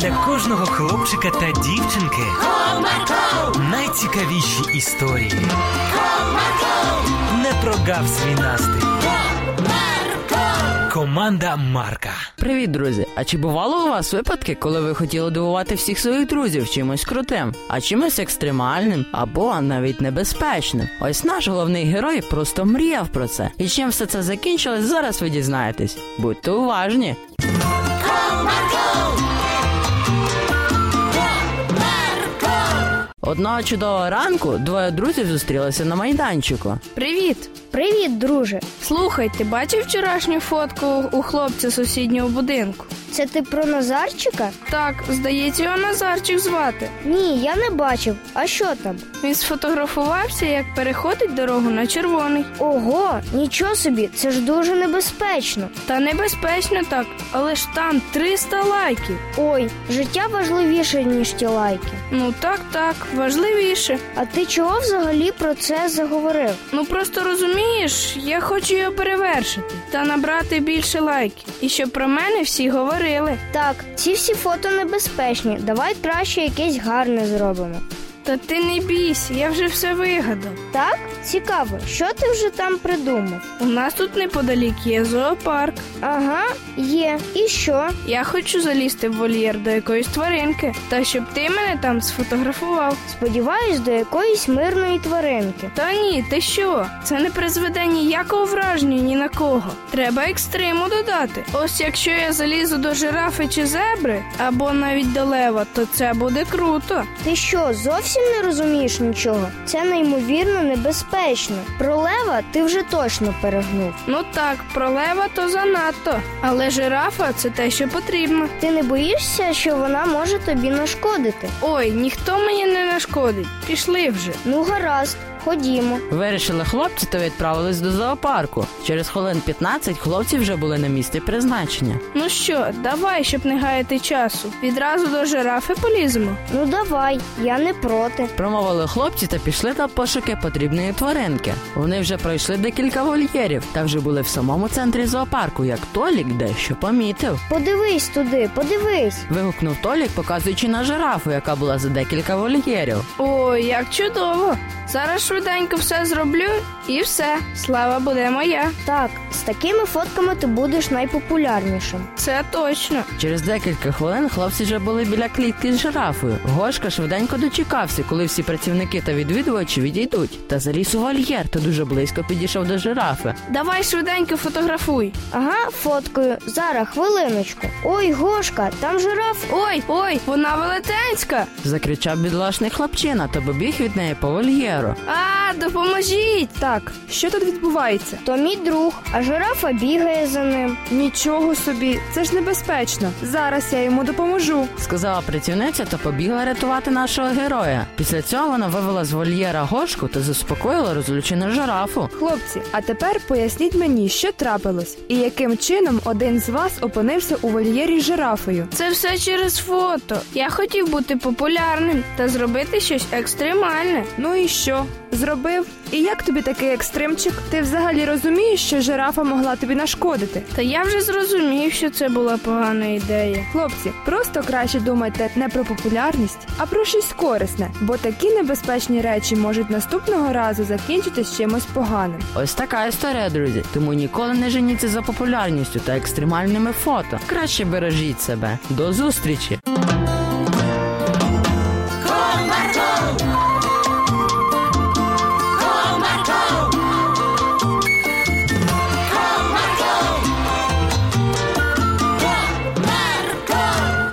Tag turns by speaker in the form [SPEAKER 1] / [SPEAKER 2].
[SPEAKER 1] для кожного хлопчика та дівчинки найцікавіші історії. Не прогав свій настрій. Команда Марка.
[SPEAKER 2] Привіт, друзі! А чи бувало у вас випадки, коли ви хотіли дивувати всіх своїх друзів чимось крутим, а чимось екстремальним або навіть небезпечним? Ось наш головний герой просто мріяв про це. І чим все це закінчилось, зараз ви дізнаєтесь. Будьте уважні! Одного чудового ранку двоє друзів зустрілися на майданчику.
[SPEAKER 3] Привіт!
[SPEAKER 4] Привіт, друже.
[SPEAKER 3] Слухай, ти бачив вчорашню фотку у хлопця сусіднього будинку?
[SPEAKER 4] Це ти про Назарчика?
[SPEAKER 3] Так, здається, його Назарчик звати.
[SPEAKER 4] Ні, я не бачив. А що там?
[SPEAKER 3] Він сфотографувався, як переходить дорогу на червоний.
[SPEAKER 4] Ого, нічого собі, це ж дуже небезпечно.
[SPEAKER 3] Та небезпечно так, але ж там 300 лайків.
[SPEAKER 4] Ой, життя важливіше, ніж ті лайки.
[SPEAKER 3] Ну так, так, важливіше.
[SPEAKER 4] А ти чого взагалі про це заговорив?
[SPEAKER 3] Ну просто розумієш, я хочу його перевершити та набрати більше лайків. І щоб про мене всі говорили.
[SPEAKER 4] Так, ці всі фото небезпечні. Давай краще якесь гарне зробимо.
[SPEAKER 3] Та ти не бійся, я вже все вигадав.
[SPEAKER 4] Так? Цікаво, що ти вже там придумав?
[SPEAKER 3] У нас тут неподалік є зоопарк.
[SPEAKER 4] Ага, є. І що?
[SPEAKER 3] Я хочу залізти в вольєр до якоїсь тваринки, та щоб ти мене там сфотографував.
[SPEAKER 4] Сподіваюсь, до якоїсь мирної тваринки.
[SPEAKER 3] Та ні, ти що? Це не призведе ніякого враження ні на кого. Треба екстриму додати. Ось якщо я залізу до жирафи чи зебри, або навіть до лева, то це буде круто.
[SPEAKER 4] Ти що, зовсім не розумієш нічого? Це неймовірно небезпечно. Про лева ти вже точно перегнув.
[SPEAKER 3] Ну так, про лева то занадто. Але жирафа це те, що потрібно.
[SPEAKER 4] Ти не боїшся, що вона може тобі нашкодити?
[SPEAKER 3] Ой, ніхто мені не нашкодить. Пішли вже.
[SPEAKER 4] Ну, гаразд, ходімо.
[SPEAKER 2] Вирішили хлопці та відправились до зоопарку. Через хвилин 15 хлопці вже були на місці призначення.
[SPEAKER 3] Ну що, давай, щоб не гаяти часу. Відразу до жирафи поліземо.
[SPEAKER 4] Ну давай, я не проти.
[SPEAKER 2] Промовили хлопці та пішли на пошуки потрібної тваринки. Вони вже пройшли декілька вольєрів та вже були в самому центрі зоопарку, як Толік дещо помітив.
[SPEAKER 4] Подивись туди, подивись.
[SPEAKER 2] Вигукнув Толік, показуючи на жирафу, яка була за декілька вольєрів.
[SPEAKER 3] Ой, як чудово! Зараз швиденько все зроблю і все. Слава буде моя.
[SPEAKER 4] Так, з такими фотками ти будеш найпопулярнішим.
[SPEAKER 3] Це точно.
[SPEAKER 2] Через декілька хвилин хлопці вже були біля клітки з жирафою. Гошка швиденько дочекався, коли всі працівники та відвідувачі відійдуть, та заліз у вольєр та дуже близько підійшов до жирафи.
[SPEAKER 3] Давай швиденько фотографуй.
[SPEAKER 4] Ага, фоткою. Зараз, хвилиночку. Ой, Гошка, там жираф.
[SPEAKER 3] Ой, ой, вона велетенська.
[SPEAKER 2] Закричав бідолашний хлопчина та побіг від неї по вольєру.
[SPEAKER 3] А, допоможіть! Так, що тут відбувається?
[SPEAKER 4] То мій друг, а жирафа бігає за ним.
[SPEAKER 3] Нічого собі, це ж небезпечно. Зараз я йому допоможу.
[SPEAKER 2] Сказала працівниця та побігла рятувати нашого героя. Після цього вона вивела з вольєра гошку та заспокоїла розлючену жирафу.
[SPEAKER 5] Хлопці, а тепер поясніть мені, що трапилось, і яким чином один з вас опинився у вольєрі з жирафою.
[SPEAKER 3] Це все через фото. Я хотів бути популярним та зробити щось екстремальне.
[SPEAKER 5] Ну і що? Зробив? І як тобі такий екстримчик? Ти взагалі розумієш, що жирафа могла тобі нашкодити?
[SPEAKER 3] Та я вже зрозумів, що це була погана ідея.
[SPEAKER 5] Хлопці, просто краще думайте не про популярність, а про щось корисне, бо такі небезпечні речі можуть наступного разу закінчитись чимось поганим.
[SPEAKER 2] Ось така історія, друзі. Тому ніколи не женіться за популярністю та екстремальними фото. Краще бережіть себе. До зустрічі!